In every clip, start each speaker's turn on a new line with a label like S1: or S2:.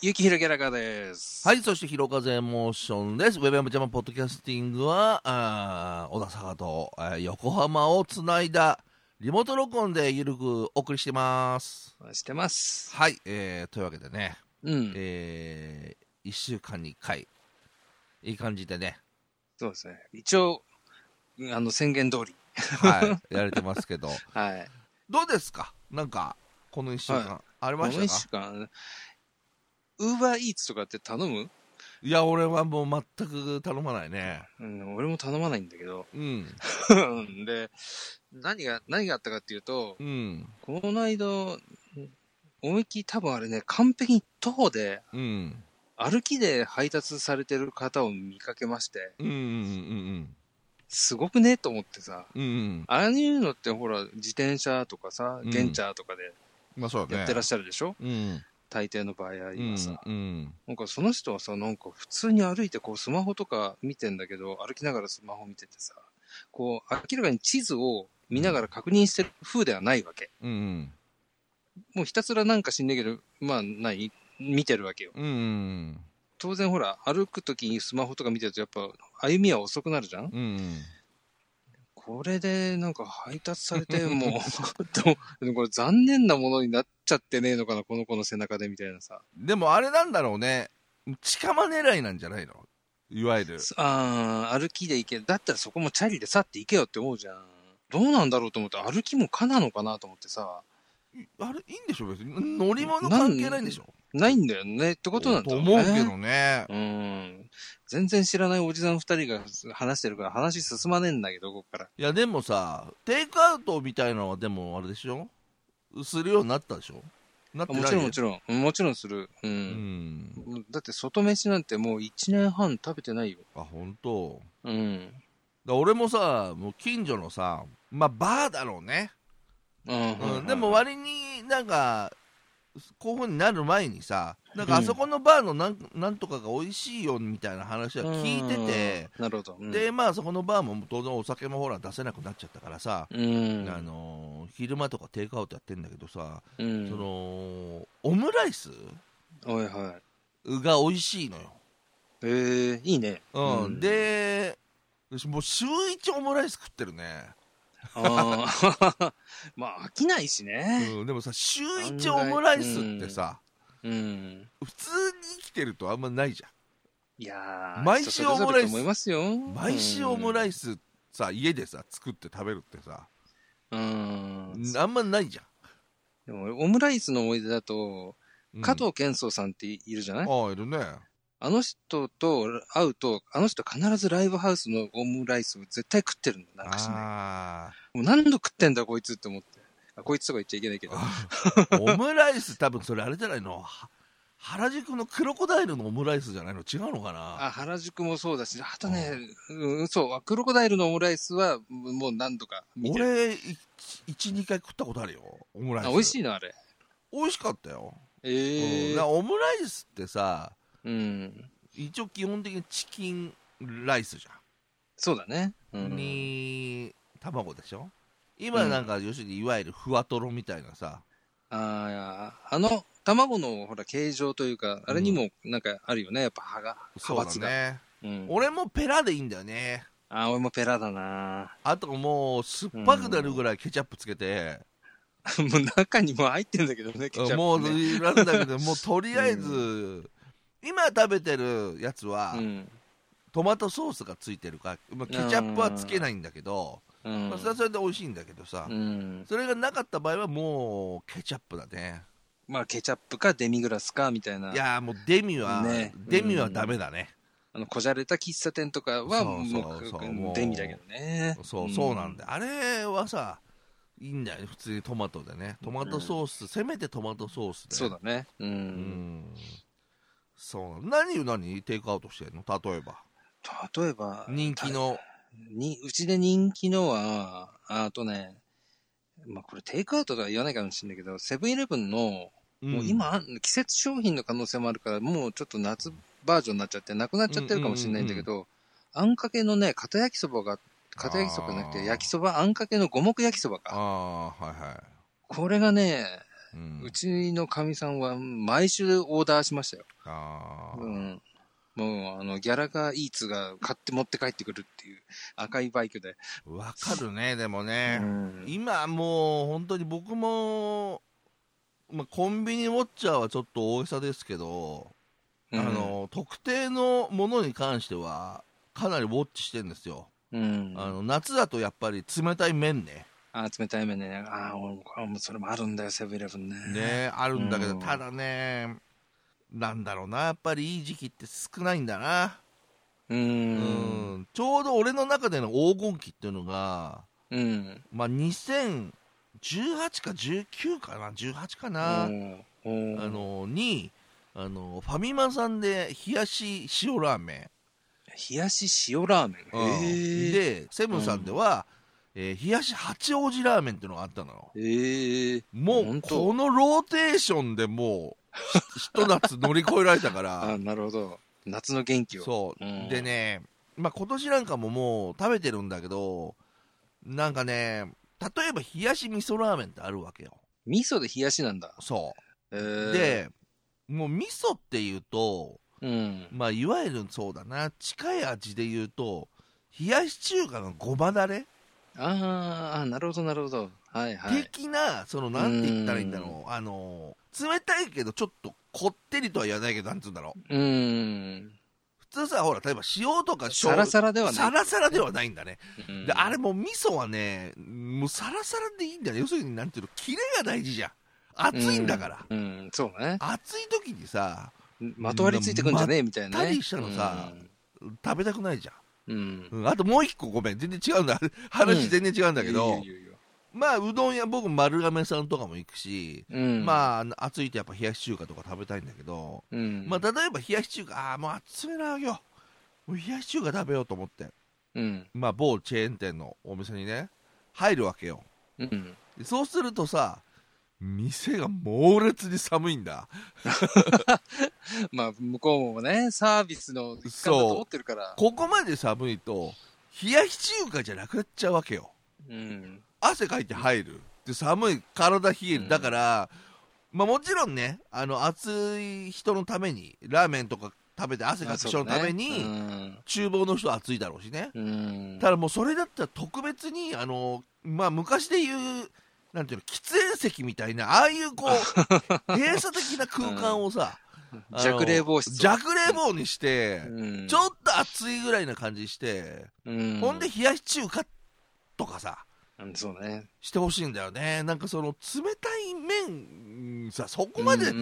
S1: ゆきひろギャラガーです。
S2: はい、そして、ひろかぜモーションです。ウェブアムジャパンポッドキャスティングは、あー小田坂と、えー横浜をつないだリモート録音でゆるくお送りしてます。
S1: い。してます。
S2: はい、えー、というわけでね、
S1: うん。
S2: えー、1週間に1回、いい感じでね、
S1: そうですね。一応、うんあの、宣言通り。
S2: はい、やれてます けど、
S1: はい。
S2: どうですかなんか、この1週間、
S1: は
S2: あり
S1: この
S2: ました
S1: 1
S2: か
S1: 週間、ウーバーイーツとかって頼む
S2: いや、俺はもう全く頼まないね。
S1: うん、俺も頼まないんだけど。
S2: うん、
S1: うんで、何が、何があったかっていうと、
S2: うん、
S1: この間、思いっきり多分あれね、完璧に徒歩で、
S2: うん、
S1: 歩きで配達されてる方を見かけまして、
S2: うん、うん、うん、
S1: すごくねと思ってさ。
S2: うん、うん、
S1: ああいうのってほら、自転車とかさ、
S2: うん
S1: ゲンチャーとかで
S2: まあそうだね。
S1: やってらっしゃるでしょ、
S2: うん。
S1: 大抵の場合は今さ、
S2: うん
S1: なんかその人はさ、なんか普通に歩いてこうスマホとか見てんだけど、歩きながらスマホ見ててさ、こう明らかに地図を見ながら確認してる風ではないわけ。
S2: うんうん
S1: もうひたすらなんか知んねえけど、まあない見てるわけよ。
S2: うんうん
S1: 当然ほら、歩くときにスマホとか見てるとやっぱ歩みは遅くなるじゃん
S2: うんうん
S1: これでなんか配達されて、もう どう、これ残念なものになっちゃってねえのかな、この子の背中でみたいなさ。
S2: でもあれなんだろうね近場狙いなんじゃないのいわゆる
S1: ああ、歩きで行け。だったらそこもチャリで去って行けよって思うじゃん。どうなんだろうと思って、歩きもかなのかなと思ってさ、
S2: あれいいんでしょ別に乗り物関係ないんでしょ
S1: ないんだよねってことなんだ
S2: と
S1: ろう
S2: 思う
S1: ね。
S2: けどね
S1: うん。全然知らないおじさん二人が話してるから話進まねえんだけど、こっから。
S2: いやでもさテイクアウトみたいのはでもあれでしょするようになったでしょなって
S1: あも
S2: な
S1: ち
S2: い
S1: ろんもちろん。うんもちろんする。う。
S2: うんん
S1: だって外飯なんてもう一年半食べてないよ。
S2: あ本当。
S1: うん。
S2: だ俺もさもう近所のさまあバーだろうね
S1: うん
S2: うんでも、割になんかこういう風になる前にさなんか
S1: うん
S2: あそこのバーのなん,、なんとかが美味しいよみたいな話は聞いてて、
S1: うんなるほど。うん
S2: で、まあそこのバーも当然お酒もほら出せなくなっちゃったからさ、
S1: うん。
S2: あのー昼間とかテイクアウトやってんだけどさ、
S1: うん
S2: そのオムライス
S1: はいはい。
S2: が美味しいのよ、
S1: えー、いいね。
S2: うん
S1: うん
S2: でもう週一オムライス食ってるね、
S1: あー まあ、飽きないしね。
S2: うん、でもさ週一オムライスってさ、
S1: うん。
S2: 普通に生きてるとあんまないじゃん
S1: いやー
S2: 毎週
S1: 人それぞれだと思
S2: オムライ
S1: い
S2: ス
S1: ますよ。
S2: 毎週オムラ
S1: イ
S2: イスさ家でさ作って食べるってさ
S1: ス。うん。
S2: あんまないじゃ
S1: でも俺オムライスの思い出だと、
S2: ん
S1: 加藤健壮さんっているじゃない、
S2: うんああいるね
S1: あの人と会うと、あの人必ずライブハウスのオムライスを絶対食ってるんだ。なんかしない。
S2: あ
S1: もう何度食ってんだこいつって思って。あこいつとか言っちゃいけないけど。
S2: ーオムライス多分それあれじゃないのは原宿のクロコダイルのオムライスじゃないの違うのかな
S1: あ、原宿もそうだし、あとね、うん、そう、クロコダイルのオムライスは、もう何度か見てる。
S2: 俺12回食ったことあるよオムライス
S1: あ、美味し
S2: い
S1: いな、あれ。
S2: 美味しかったよ、
S1: え
S2: う
S1: え
S2: んだからオムライスってさ
S1: うん。
S2: 一応基本的にチキンライスじゃん
S1: そうだね。うん、
S2: に卵でしょ今なんか要するにいわゆるふわとろみたいなさ、
S1: ああ、あの、卵のほら、形状というか、あれにもなんかあるよね、やっぱ歯が、派
S2: そう
S1: 閥
S2: だ
S1: が。
S2: ね
S1: うん、
S2: 俺もペラでいいんだよね
S1: ああ、俺もペラだな
S2: あともう酸っぱくなるぐらいケチャップつけて、
S1: もう中にも入ってんだけどね、ケチャップ、ね。
S2: もう
S1: う
S2: なんだけ どもうとりあえず、今食べてるやつは、
S1: ん。
S2: トマトソースがついてるからまあケチャップはつけないんだけど、
S1: うん
S2: まあ、それはそれで美味しいんだけどさ、
S1: うん。
S2: それがなかった場合はもうケチャップだね
S1: まあ、ケチャップかデミグラスか、みたいな。
S2: いやーもうデミは、
S1: ね
S2: デミはダメだね、
S1: あの、こじゃれた喫茶店とかは、
S2: そうそうそう
S1: も
S2: も
S1: う、
S2: う
S1: デミだけどね。
S2: そうそうなんだ
S1: よ。
S2: よ、あれはさいいんだよね普通にトマトでねトマトソース、せめてトマトソースで
S1: そうだね。う。
S2: うんんそうなの何を何テイクアウトしてんの例えば
S1: 例えば、
S2: 人気の
S1: に、うちで人気のは、あとね、まあこれテイクアウトとは言わないかもしれないけど、セブンイレブンの、もう今、あん季節商品の可能性もあるから、もうちょっと夏バージョンになっちゃって、なくなっちゃってるかもしれないんだけど、あんかけのね、片焼きそばが、片焼きそばじゃなく
S2: あ
S1: て、
S2: ー
S1: 焼きそば、あんかけの五目焼きそばか。
S2: ああーはいはい
S1: これがね、
S2: うん
S1: うちのかみさんは毎週オーダーしましたよ。
S2: あー
S1: うん。もう、あの、ギャラがイーツが買って持って帰ってくるっていう赤いバイクで。
S2: わかるね、でも
S1: う
S2: ね。
S1: ん。
S2: 今もう本当に僕も、まあ、コンビニウォッチャーはちょっと大げさですけど、あの特定のものに関してはかなりウォッチしてるんですよ、
S1: うん、
S2: あ
S1: あ
S2: の夏だとやっぱり冷たい麺ね
S1: あ、冷たい目ね。ああ、俺あもうそれもあるんだよ、セブンイレブンね。
S2: ねあるんだけど、
S1: うん
S2: ただねなんだろうなやっぱりいい時期って少ないんだな、
S1: う。
S2: うんちょうど俺の中での黄金期っていうのが、
S1: うん。
S2: まあ、2018か19かな18かな、
S1: うん。うん
S2: あ、のにあのファミマさんで冷やし塩ラーメ
S1: 冷やし塩ラーメン。
S2: ン、うん
S1: へえ。
S2: でセブンさんでは、えー冷やし八王子ラーメンっていうのがあったのよ
S1: ええ。
S2: も
S1: ほ
S2: うん
S1: と
S2: このローテーションでもうひひと夏乗り越えられたか
S1: ああ、
S2: ら
S1: なるほど。夏の元気を。
S2: そう、
S1: うん
S2: でね、まあ、今年なんかももう食べてるんだけどなんかね例えば冷やし味噌ラーメンってあるわけよ
S1: 味噌で冷やしなんだ。
S2: そ
S1: え
S2: う
S1: ー、、
S2: でもう味噌っていうと
S1: うん。
S2: まあ、いわゆるそうだな近い味で言うと冷やし中華のごまだれ
S1: あーあー、なるほど、なるほど。はいはい。
S2: 的な、そのなんて言ったらいいんだろうあの冷たいけどちょっとこってりとは言わないけどなんつうんだろう
S1: うん。
S2: 普通さほら例えば塩とか
S1: サラ
S2: ラ
S1: サラではない。
S2: サラサラではないんだね、
S1: うん
S2: であれもう味噌はねもうサラサラでいいんだね要するになんていうのキレが大事じゃん熱いんだから、
S1: うん、うんそうね。
S2: 暑い時にさ
S1: まとわりついてくんじゃねえみたいな、
S2: ま
S1: ね。
S2: ったりしたのさ食べたくないじゃん
S1: うん。うん。
S2: うんあともう一個ごめん全然違うんだ 話全然違うんだけど、
S1: いいよいいよいいよ
S2: まあうどん屋僕丸亀さんとかも行くし、
S1: うん。あ、
S2: まあ暑いとやっぱ冷やし中華とか食べたいんだけど、
S1: うん。
S2: まあ例えば冷やし中華ああもう暑いな今日もう冷やし中華食べようと思って
S1: うん。
S2: まあ某チェーン店のお店にね入るわけよ
S1: うん。
S2: でそうするとさ店が猛烈に寒いんだ
S1: まあ、向こうもね、サービスの一環だと思ってるから。
S2: ここまで寒いと冷やし中華じゃなくなっちゃうわけよ
S1: うん。
S2: 汗かいて入るで寒い体冷え
S1: うん
S2: るだから、まあ、もちろんねあの暑い人のためにラーメンとか食べて汗かく人のために、
S1: うん。
S2: 厨房の人は暑いだろうしね、
S1: うん。
S2: ただもうそれだったら特別にあの、まあ、昔で言うなんていうの喫煙席みたいなああいうこう閉鎖的な空間をさ、あの
S1: 弱冷房室。
S2: 弱冷房にして、
S1: うん。
S2: ちょっと暑いぐらいな感じにして、
S1: うん。
S2: ほんで冷やし中華とかさ
S1: うん、そうね。
S2: してほしいんだよねなんかその冷たい麺うんさそこまで冷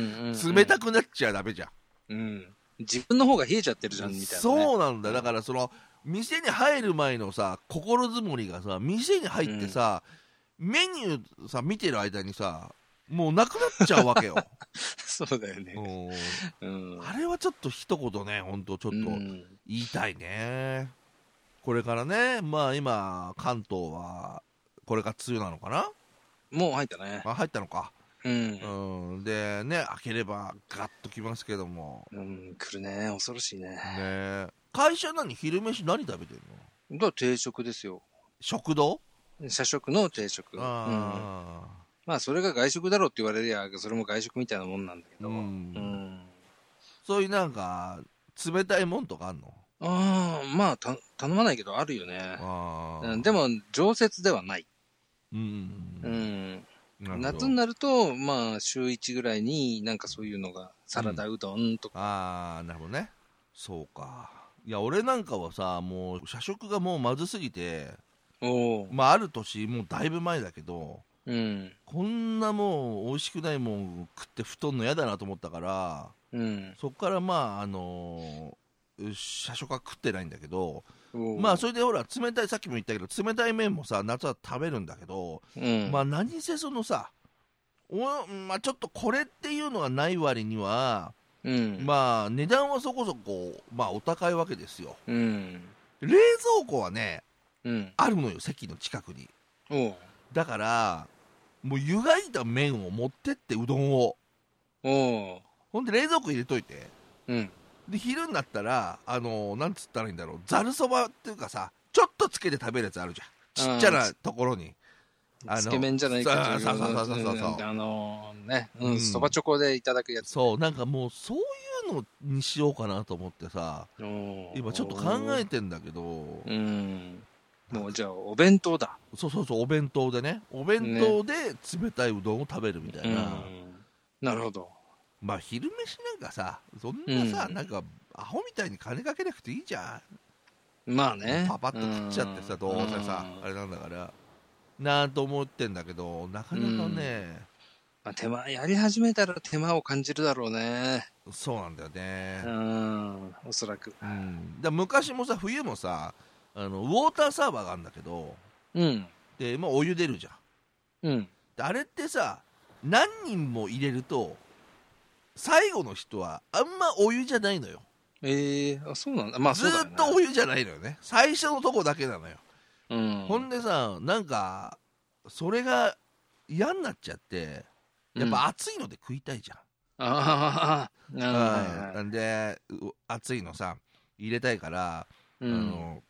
S1: 冷
S2: たくなっちゃダメじゃん,、
S1: うん。自分の方が冷えちゃってるじゃん、みたいな、ね。
S2: そうなんだだからその店に入る前のさ心づもりがさ店に入ってさ、メニューさ見てる間にさもうなくなっちゃうわ けよ、
S1: そうだよね。
S2: うん
S1: うん。
S2: あれはちょっと一言ねほんとちょっと
S1: うん
S2: 言いたいね、これからねまあ今関東はこれが梅雨なのかな
S1: もう入ったね。
S2: あ入ったのか
S1: うん。
S2: うん、でね開ければガッときますけども
S1: うん、来るね。恐ろしいね。
S2: ね会社何昼飯何食べてるの
S1: だから定食ですよ。
S2: 食堂、
S1: 社食の定食。うん、ま
S2: あ
S1: あ、それが外食だろうって言われりゃ、それも外食みたいなもんなんだけ
S2: あ
S1: ど。うん。
S2: そういうなんか冷たいもんとかあんの
S1: ああ、まあた、頼まないけど、あるよね。
S2: ああ
S1: うん、でも、常設ではない。
S2: うん
S1: う
S2: う
S1: ん。
S2: んうんなるほ
S1: 夏
S2: ど
S1: になると、まあ、週1ぐらいになんかそういうのが、サラダうどんとか。
S2: ああなるほどねそうかいや俺なんかはさもう社食がもうまずすぎて
S1: おう
S2: まあある年もうだいぶ前だけど
S1: うん。
S2: こんなもう美味しくないもん食って太んの嫌だなと思ったから
S1: うん。
S2: そっからまああのー社食は食ってないんだけど
S1: おう
S2: まあそれでほら冷たいさっきも言ったけど冷たい麺もさ夏は食べるんだけど、
S1: うん。
S2: まあ何せそのさおまあ、ちょっとこれっていうのがない割には、
S1: うん。
S2: まあ値段はそこそこ、まあ、お高いわけですよ
S1: うん。
S2: 冷蔵庫はね
S1: うん。
S2: あるのよ席の近くに
S1: おう
S2: だからもう湯がいた麺を持ってってうどんを
S1: おう
S2: ほんで冷蔵庫入れといて
S1: うん。
S2: で昼になったらあのなんつったらいいんだろうざるそばっていうかさちょっとつけて食べるやつあるじゃんちっちゃ
S1: あ
S2: な
S1: ー
S2: ところにあの
S1: つけ麺じゃないかという。
S2: そうそうそうそうそうそう
S1: うんあのね、
S2: う
S1: うんん、そばチョコでいただくやつ。
S2: そうなんかもうそういうのにしようかなと思ってさ今
S1: 今
S2: ちょっと考えてんだけど
S1: うん。もうじゃあ、お弁当だ。
S2: そうそうそうお弁当でねお弁当で冷たいうどんを食べるみた
S1: う
S2: いな、
S1: ん。なるほど。
S2: まあ昼飯なんかさそんなさ、
S1: うん
S2: なんかアホみたいに金かけなくていいじゃ
S1: まあ
S2: ん、
S1: ね。
S2: パパッと食っちゃってさ、
S1: ん
S2: どうせさ、
S1: ん
S2: あれなんだからなぁと思ってんだけどなかなかね、
S1: まあ、手間、やり始めたら手間を感じるだろうね。
S2: そうなんだよね
S1: う、ん。おそらく。
S2: うんだ昔もさ冬もさあのウォーターサーバーがあるんだけど
S1: うん。
S2: で、まあ、お湯出るじゃん
S1: うん。
S2: であれってさ何人も入れると最後の人はあんまお湯じゃないのよ
S1: ええあ、そうなんだ。まあ、
S2: ず
S1: そうだよ
S2: ー
S1: ね
S2: っとお湯じゃないのよね最初のとこだけなのよ
S1: うん。
S2: ほんでさなんかそれが嫌になっちゃってや
S1: う
S2: っ
S1: ん
S2: ぱ暑いので食いたいじゃ
S1: ああ、
S2: ん、
S1: な
S2: うん
S1: る
S2: なんでう暑いのさ入れたいから、
S1: ほど。う
S2: あ
S1: ん。
S2: の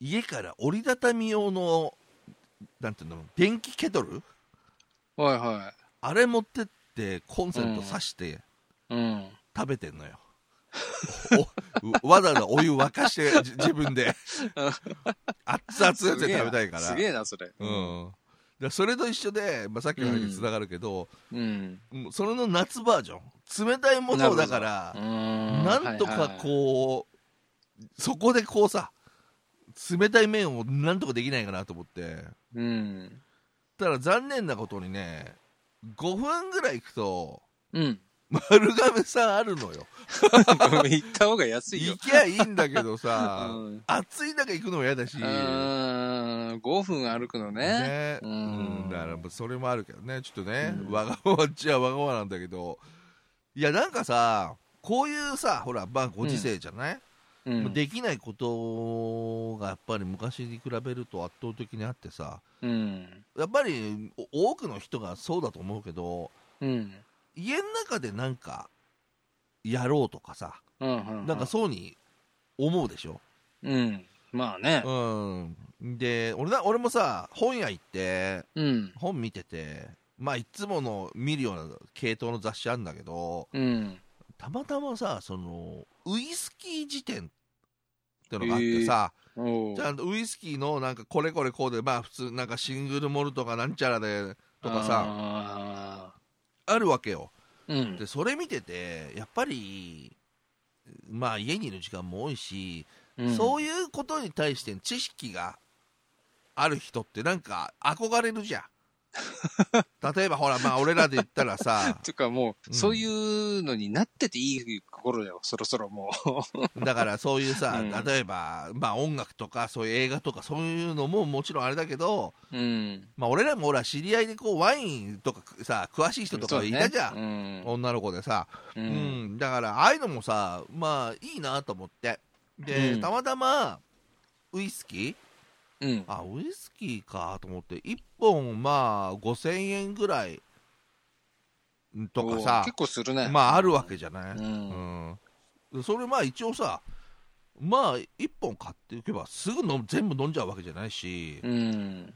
S2: 家から折りたたみ用のなんていうの電気ケトル
S1: はいは
S2: あれ持ってってコンセント挿して
S1: い。うん。
S2: 食べてんのよ、おわざわざお湯沸かしてじ自 分で熱々のやつで食べたいから
S1: すげえな、すげえなそれ。
S2: うん、でそれと一緒で、まあ、さっきの話につながるけど、
S1: うん。
S2: もうそれの夏バージョン冷たいものをだから
S1: うん。
S2: なんと
S1: はい
S2: か
S1: はい
S2: こう、そこでこうさ冷たい麺をなんとかできないかなと思って
S1: うん。
S2: ただ残念なことにね5分ぐらい行くと
S1: うん。
S2: 丸亀さんあるのよ
S1: 行った方が安いよ
S2: 行。きゃいいんだけ ど
S1: う
S2: さ、
S1: ん。
S2: 暑い中行くのも嫌だし、
S1: うん。5分歩くのね。
S2: ねう
S1: うんん
S2: だからそれもあるけどねちょっとね、
S1: うん
S2: わがままっちゃわがままなんだけどいやなんかさこういうさほらまあご時世じゃない、
S1: うん
S2: もうできないことがやっぱり昔に比べると圧倒的にあってさ
S1: うん。
S2: やっぱりお多くの人がそうだと思うけど
S1: うん。
S2: 家の中でなんかやろうとかさ
S1: うん。
S2: なんかそうに思うでしょ、
S1: うん。まあね。
S2: うん、で俺な俺もさ本屋行って
S1: うん。
S2: 本見ててまあいつもの見るような系統の雑誌あるんだけど
S1: うん。
S2: たまたまさそのウイスキー辞典ってのがあってさ、
S1: おう
S2: ちゃんとウイスキーのなんかこれこれこうでまあ普通なんかシングルモルトかなんちゃらでとかさ
S1: あ
S2: あるわけよ
S1: ーうん。
S2: でそれ見ててやっぱりまあ家にいる時間も多いし、
S1: うん
S2: そういうことに対して知識がある人ってなんか憧れる じゃん例えばほらまあ俺らで言ったらさ
S1: ていうかも
S2: うん
S1: う、そういうのになってていい心だよ、そろそろも
S2: だからそういうさ、
S1: うん
S2: 例えば、まあ、音楽とかそういう映画とかそういうのももちろんあれだけど、
S1: う。うん。
S2: まあ、俺らもほら知り合いでこうワインとかさ詳しい人と
S1: そう
S2: か
S1: ね
S2: いたじゃん、
S1: うん。
S2: 女の子でさ、
S1: う
S2: うん
S1: ん。
S2: だからああいうのもさまあいいなと思ってで、
S1: うん
S2: たまたまウイスキー
S1: うん。
S2: あウイスキーかと思って1本まあ5000円ぐらいとか
S1: おう
S2: さ
S1: 結構するね。
S2: まああるわけじゃない、
S1: うん。
S2: うん、それまあ一応さまあ1本買っていけばすぐ飲む全部飲んじゃうわけじゃないし、
S1: うん。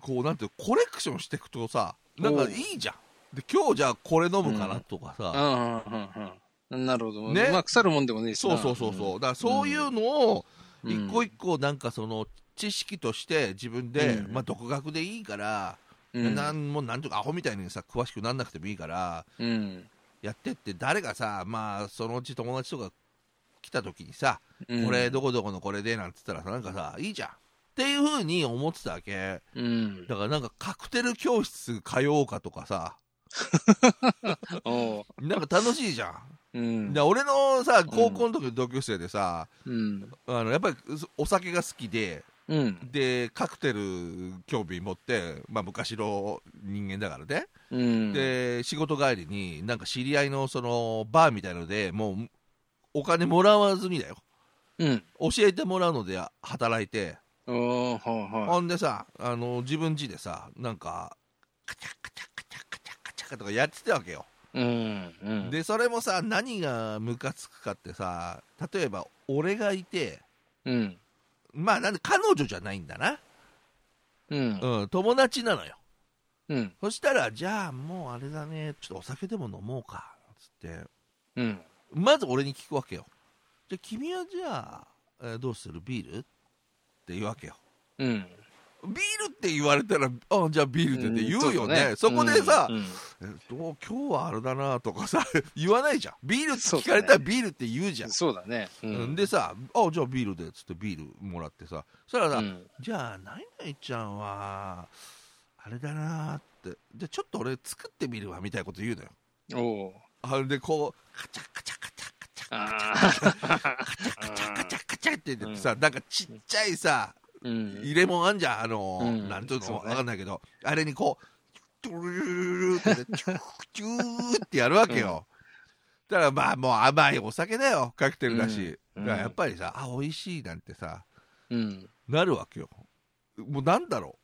S2: こうなんていうのコレクションしていくとさなんか
S1: おう
S2: いいじゃんで今日じゃあこれ飲むかなとか
S1: うんう
S2: さ、
S1: んうんうん。なるほど。
S2: ね
S1: ね。まあ、腐るもんでもねえし
S2: そう
S1: な。
S2: そうそうそうだからそういうのを
S1: うん。
S2: 一個一個なんかその知識として自分で、
S1: うん
S2: まあ独学でいいから、
S1: うん
S2: なんもうなんとかアホみたいにさ詳しくなんなくてもいいから
S1: うん。
S2: やってって誰がさまあそのうち友達とか来た時にさ、
S1: うん
S2: これ、どこどこのこれでなんつったらさなんかさいいじゃんっていう風に思ってたわけ
S1: うん。
S2: だからなんかカクテル教室通おうかとかさ
S1: おう。
S2: なんか楽しいじゃ
S1: うんん
S2: で。俺のさ高校の時の同級生でさ、
S1: うん。
S2: あのやっぱりお酒が好きで
S1: うん。
S2: でカクテル興味持って、まあ、昔の人間だからね、
S1: うん。、
S2: で仕事帰りになんか知り合いのそのバーみたいのでもうお金もらわずにだよ
S1: うん。
S2: 教えてもらうので働いて
S1: おー、はいはい。
S2: ほんでさあの自分家でさなんかカチャカチャカチャカチャカチャとかやってたわけよ、
S1: うん。うん。
S2: でそれもさ何がムカつくかってさ例えば俺がいて
S1: うん。
S2: まあなんで彼女じゃないんだな
S1: うん。
S2: うん、友達なのよ。
S1: うん。
S2: そしたら、じゃあもうあれだね、ちょっとお酒でも飲もうか、つって、
S1: うん。
S2: まず俺に聞くわけよ。じゃあ君はじゃあ、えーどうするビールって言うわけよ。
S1: うん。
S2: ビールって言われたら、あじゃあビールってって言うよね。
S1: ん
S2: そこでさ、
S1: うんうん
S2: えどう今日はあれだなとかさ、 言わないじゃん。ビールって
S1: そう
S2: 聞
S1: だ
S2: か
S1: ね
S2: れたらビールって言うじゃん。
S1: そうだね。う
S2: うんでさ、あじゃあビールでっつってビールもらってさ、そしたらさ、
S1: うん
S2: じゃあ、ないないちゃんは、あれだなって、じゃあちょっと俺作ってみるわみたいなこと言うのよ。
S1: おう
S2: あれでこう、カチャカチャカチャカチャ
S1: あ
S2: カチャカチ
S1: あ。
S2: ャカチャって言ってさ、なんかちっちゃいさ、
S1: うん。
S2: 入れ物あんじゃん、あのー、
S1: うん
S2: なんていうの
S1: そうね
S2: わかんないけど、あれにこう、チュルルルルルってね、チューチューってやるわけよ。だからまあもう甘いお酒だよ、カクテルだし。
S1: うんうん
S2: だからやっぱりさ、あ、美味しいなんてさ、
S1: うん。
S2: なるわけよ。もうなんだろ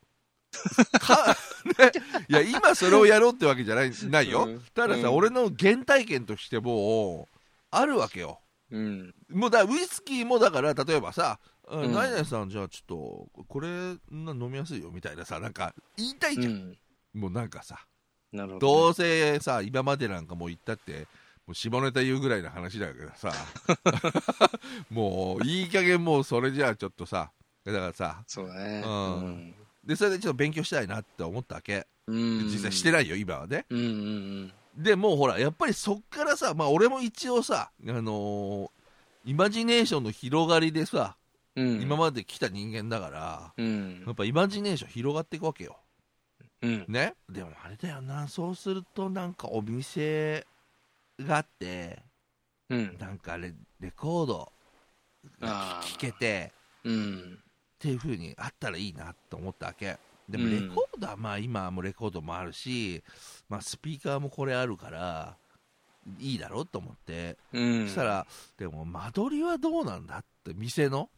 S2: う。かね、いや今それをやろうってわけじゃないないよ、
S1: うん
S2: たださ、
S1: うん
S2: 俺の原体験としてもうあるわけよ
S1: うん。
S2: もうだからウイスキーもだから例えばさ「あ
S1: うん
S2: 何々さんじゃあちょっとこれな飲みやすいよ」みたいなさなんか言いたいじゃん、もうなんかさ
S1: なるほど。
S2: どうせさ今までなんかもう言ったってもう下ネタ言うぐらいの話だけど さもういい加減もうそれじゃあちょっとさだからさ
S1: そうだね。
S2: うんでそれでちょっと勉強したいなって思ったわけ
S1: うん。
S2: 実際して
S1: ない。
S2: ないよ今はね
S1: うんうん
S2: でもうほらやっぱりそっからさまあ俺も一応さあのーイマジネーションの広がりでさ、
S1: うん。うん。
S2: 今まで来た人間だから
S1: うん
S2: やっ。ぱイマジネーション広がっていくわけよ
S1: うん。
S2: ねでもあれだよなそうするとなんかお店があって
S1: うん。
S2: なんかレレコード
S1: ああ
S2: 聴けて
S1: うん。
S2: っていう風にあったらいいなと思ったわけで
S1: う
S2: も
S1: ん
S2: レコードはまあ今もレコードもあるし、まあ、スピーカーもこれあるからいいだろうと思って、
S1: うん。
S2: そしたらでも間取りはどうなんだって店の、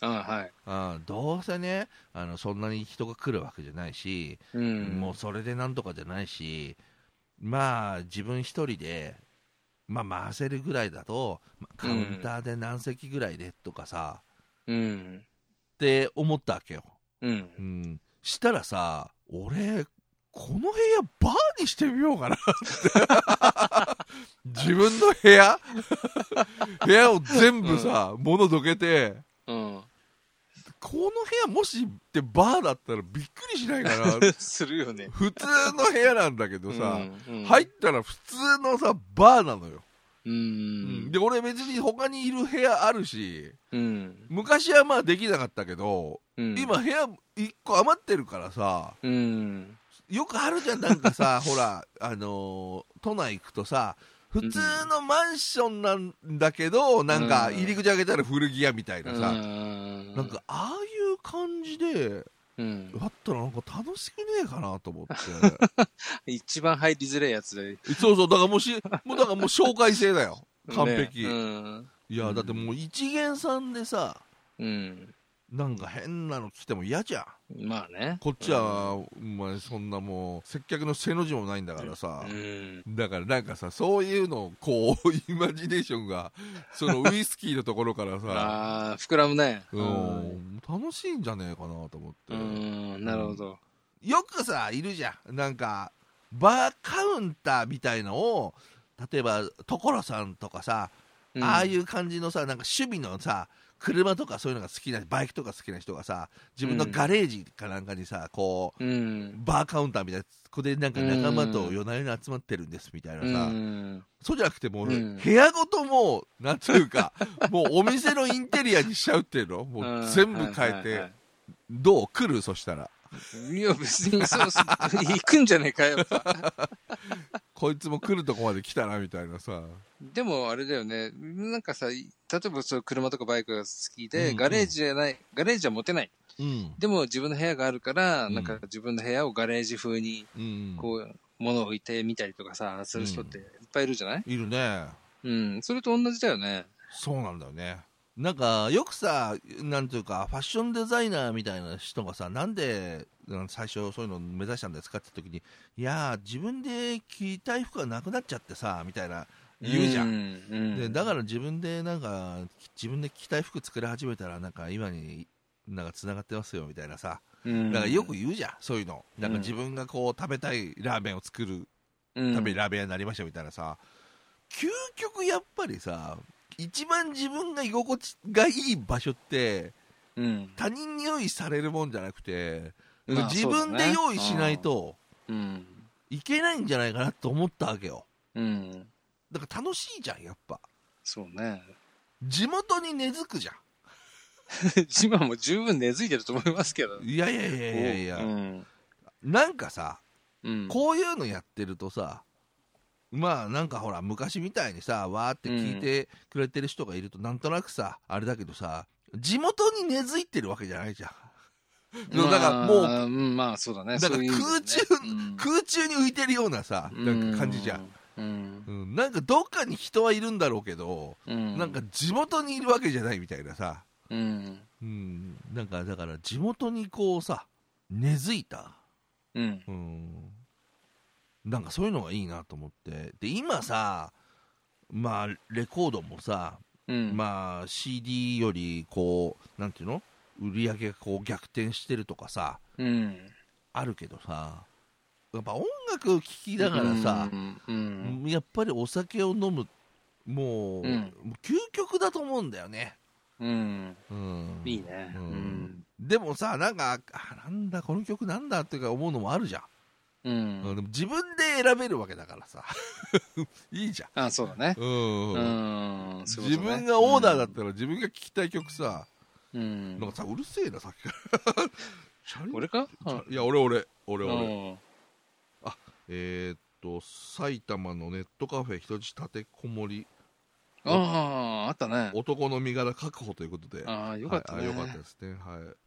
S1: あはい。
S2: うん、どうせねあのそんなに人が来るわけじゃないし、
S1: うん。
S2: もうそれでなんとかじゃないしまあ自分一人で、まあ、回せるぐらいだとまあカウンターで何席ぐらいでとかさ、
S1: うん。
S2: って思ったわけよ。
S1: うん
S2: う。ん、したらさ俺この部屋バーにしてみよ うかなって自分の部屋部屋を全部さ、物どけて
S1: うん。
S2: この部屋もしってバーだったらびっくりしないか な
S1: するよね。
S2: 普通の部屋なんだけどさ、
S1: うん、
S2: 入ったら普通のさバーなのよ、
S1: うん。うん。
S2: で俺別に他にいる部屋あるし
S1: うん。
S2: 昔はまあできなかったけど、
S1: うん。
S2: 今部屋1個余ってるからさ
S1: うん。
S2: よくあるじゃんなん かさほらあのー都内行くとさ普通のマンションなんだけど、なんか入り口開けたら古着屋みたいなさ、
S1: うん
S2: なんか、ああいう感じで
S1: うん。
S2: だったらなんか楽しくねえかなと思って
S1: 一番入りづらいやつで。
S2: そうそうだからもうしもうだからもう紹介制だよ完璧、
S1: ねうん。
S2: いやだってもう一元さんでさ
S1: うん。
S2: なんか変なの来ても嫌じゃん
S1: まあね。
S2: こっちは、お前そんなもう接客の背の字もないんだからさ、
S1: うん。
S2: だからなんかさそういうのをこうイマジネーションがそのウイスキーのところからさ、
S1: ああ、膨らむね。
S2: う。ん、楽しいんじゃねえかなと思って、
S1: うん、なるほど。。
S2: よくさいるじゃんなんかバーカウンターみたいのを例えば所さんとかさ、ああいうう感じのさなんか趣味のさ車とかそういうのが好きなバイクとか好きな人がさ自分のガレージかなんかにさこう
S1: うん。
S2: バーカウンターみたいなそこでなんか仲間と夜な夜な集まってるんですみたいなさ、
S1: うん。
S2: そうじゃなくてもう、
S1: うん
S2: 部屋ごともう、なんていうか、もうお店のインテリアにしちゃうっていうのもう全部変え
S1: はいはい
S2: て
S1: は、
S2: どう来るそしたら。
S1: い。いや、別にそうす、 行くんじゃねえかよ。
S2: こいつも来るとこまで来たな、みたいなさ。
S1: でもあれだよね、なんかさ、い例えばそう車とかバイクが好き
S2: うん
S1: で、
S2: うん
S1: ガレージじゃない、ガレージは持てない。
S2: うん。
S1: でも自分の部屋があるから、
S2: うん
S1: なんか自分の部屋をガレージ風に、
S2: うん。
S1: こう、物を置いてみたりとかさ、する人っていっぱいいるじゃない
S2: いるね。
S1: うん、それと同じだよね。
S2: そうなんだよね。なんか、よくさ、なんていうか、ファッションデザイナーみたいな人がさ、なんで、うん最初そういうの目指したんですかって時に、いやー、自分で着たい服がなくなっちゃってさ、みたいな、言うじゃ。
S1: うんん。、
S2: でだからら自分でなんか自分で着たい服作り始めたらなんか今になんかつながってますよみたいなさ、
S1: うん
S2: なんかよく言うじゃん、そういうの、なん
S1: う
S2: か
S1: ん
S2: 自分がこう食べたいラーメンを作る
S1: うん
S2: ためにラーメン屋になりましたみたいなさ、究極やっぱりさ、一番自分が居心地がいい場所って、
S1: うん。
S2: 他人に用意されるもんじゃなくて、
S1: まあ
S2: 自分で用意しない。と
S1: そうだね
S2: いけないんじゃないかなと思ったわけよ。
S1: うん。うん。
S2: だから楽しいじゃん、やっぱ。
S1: そうね。
S2: 地元に根付くじゃ
S1: 今も十分根付いてると思いますけど
S2: ん。。いやいやいやいやいや、
S1: うん。
S2: なんかさ、
S1: うん。
S2: こういうのやってるとさ、まあなんかほら、昔みたいにさ、わーって聞いてくれてる人がいると、なんとなくさ、あれだけどさ、地元に根付いてるわけじゃないじゃん。
S1: まあ
S2: だからも
S1: う
S2: う
S1: ん、まあそうだね。
S2: だから
S1: そういう意味だね
S2: 空中空中に浮いてるようなさ、
S1: うん
S2: なんか感じじゃん。
S1: うん。
S2: うん、なんかどっかに人はいるんだろうけど、
S1: うん。
S2: なんか、地元にいるわけじゃないみたいなさ、
S1: うん。
S2: うん、なんかだから地元にこうさ、根付いた
S1: うん。
S2: うんなんかそういうのがいいなと思ってで今さまあレコードもさ、
S1: うん。
S2: まあ CD よりこうなんていうの売り上げがこう逆転してるとかさ
S1: うん。
S2: あるけどさやっぱ音楽を聴きながらさ
S1: う、ん。うん。
S2: やっぱりお酒を飲むもう、
S1: うん
S2: 究極だと思うんだよね、
S1: うん。
S2: うん、
S1: いいね。
S2: う
S1: うんん。
S2: でもさなんかあなんだこの曲なんだっていうか思うのもあるじゃん
S1: う
S2: うん
S1: ん。
S2: でも自分で選べるわけだからさ いいじゃん、
S1: あ、そうだね。
S2: うん
S1: うん。そういう
S2: 自
S1: ことね
S2: 分がオーダーだったら自分が聴きたい曲さ、
S1: うん
S2: なんかさうるせえなさっきからチャリ
S1: 俺か
S2: いや俺俺俺
S1: う
S2: 俺、
S1: ん。
S2: えー、っと埼玉のネットカフェ人質立てこもり
S1: ああ、あったね。
S2: 男の身柄確保ということで
S1: ああ、よかった
S2: はい
S1: ね。
S2: あよかったですねはい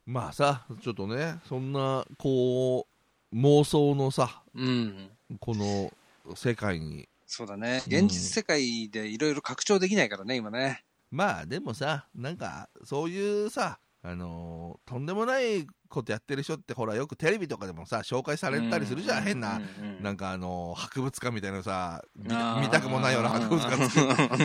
S2: まあさちょっとねそんなこう妄想のさ
S1: うん。
S2: この世界に
S1: そうだね。
S2: うん
S1: 現実世界でいろいろ拡張できないからね、今ね。
S2: まあでもさなんかそういうさあのーとんでもないことやってる人ってほらよくテレビとかでもさ紹介されたりするじゃん、変な、なん
S1: か、
S2: かあのー博物館みたいなさ見
S1: あー
S2: 見たくもないような博物館 作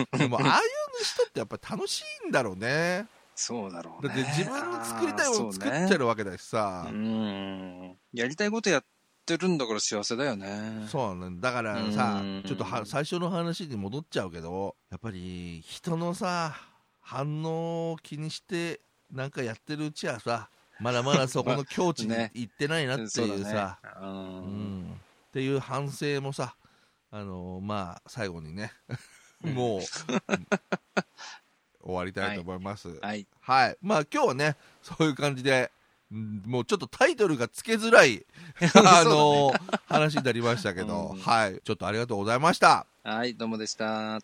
S2: ってでもああいう人ってやっぱり楽しいんだろうね
S1: そうだろう
S2: だ
S1: ね。
S2: って自分の作りたいもの作っちゃ
S1: る。
S2: うわけだしさ
S1: う、ん。やりたいことやってるんだから幸せだよね。
S2: そうなんだからさ、
S1: うん
S2: ちょっとは最初の話に戻っちゃうけどやっぱり人のさ反応を気にしてなんかやってるうちはさまだまだそこの境地に
S1: ね
S2: 行ってないな
S1: ん
S2: っていうさ、。
S1: そうだねう。
S2: うんん、っていう反省もさあのまあ最後にね もう終わりたいと思います。
S1: はい。
S2: はい。まあ今日はね、そういう感じで、うんもうちょっとタイトルがつけづ らい、あの、話になりましたけど、
S1: うん
S2: はい。ちょっとありがとうございました。
S1: はい、どうもでした。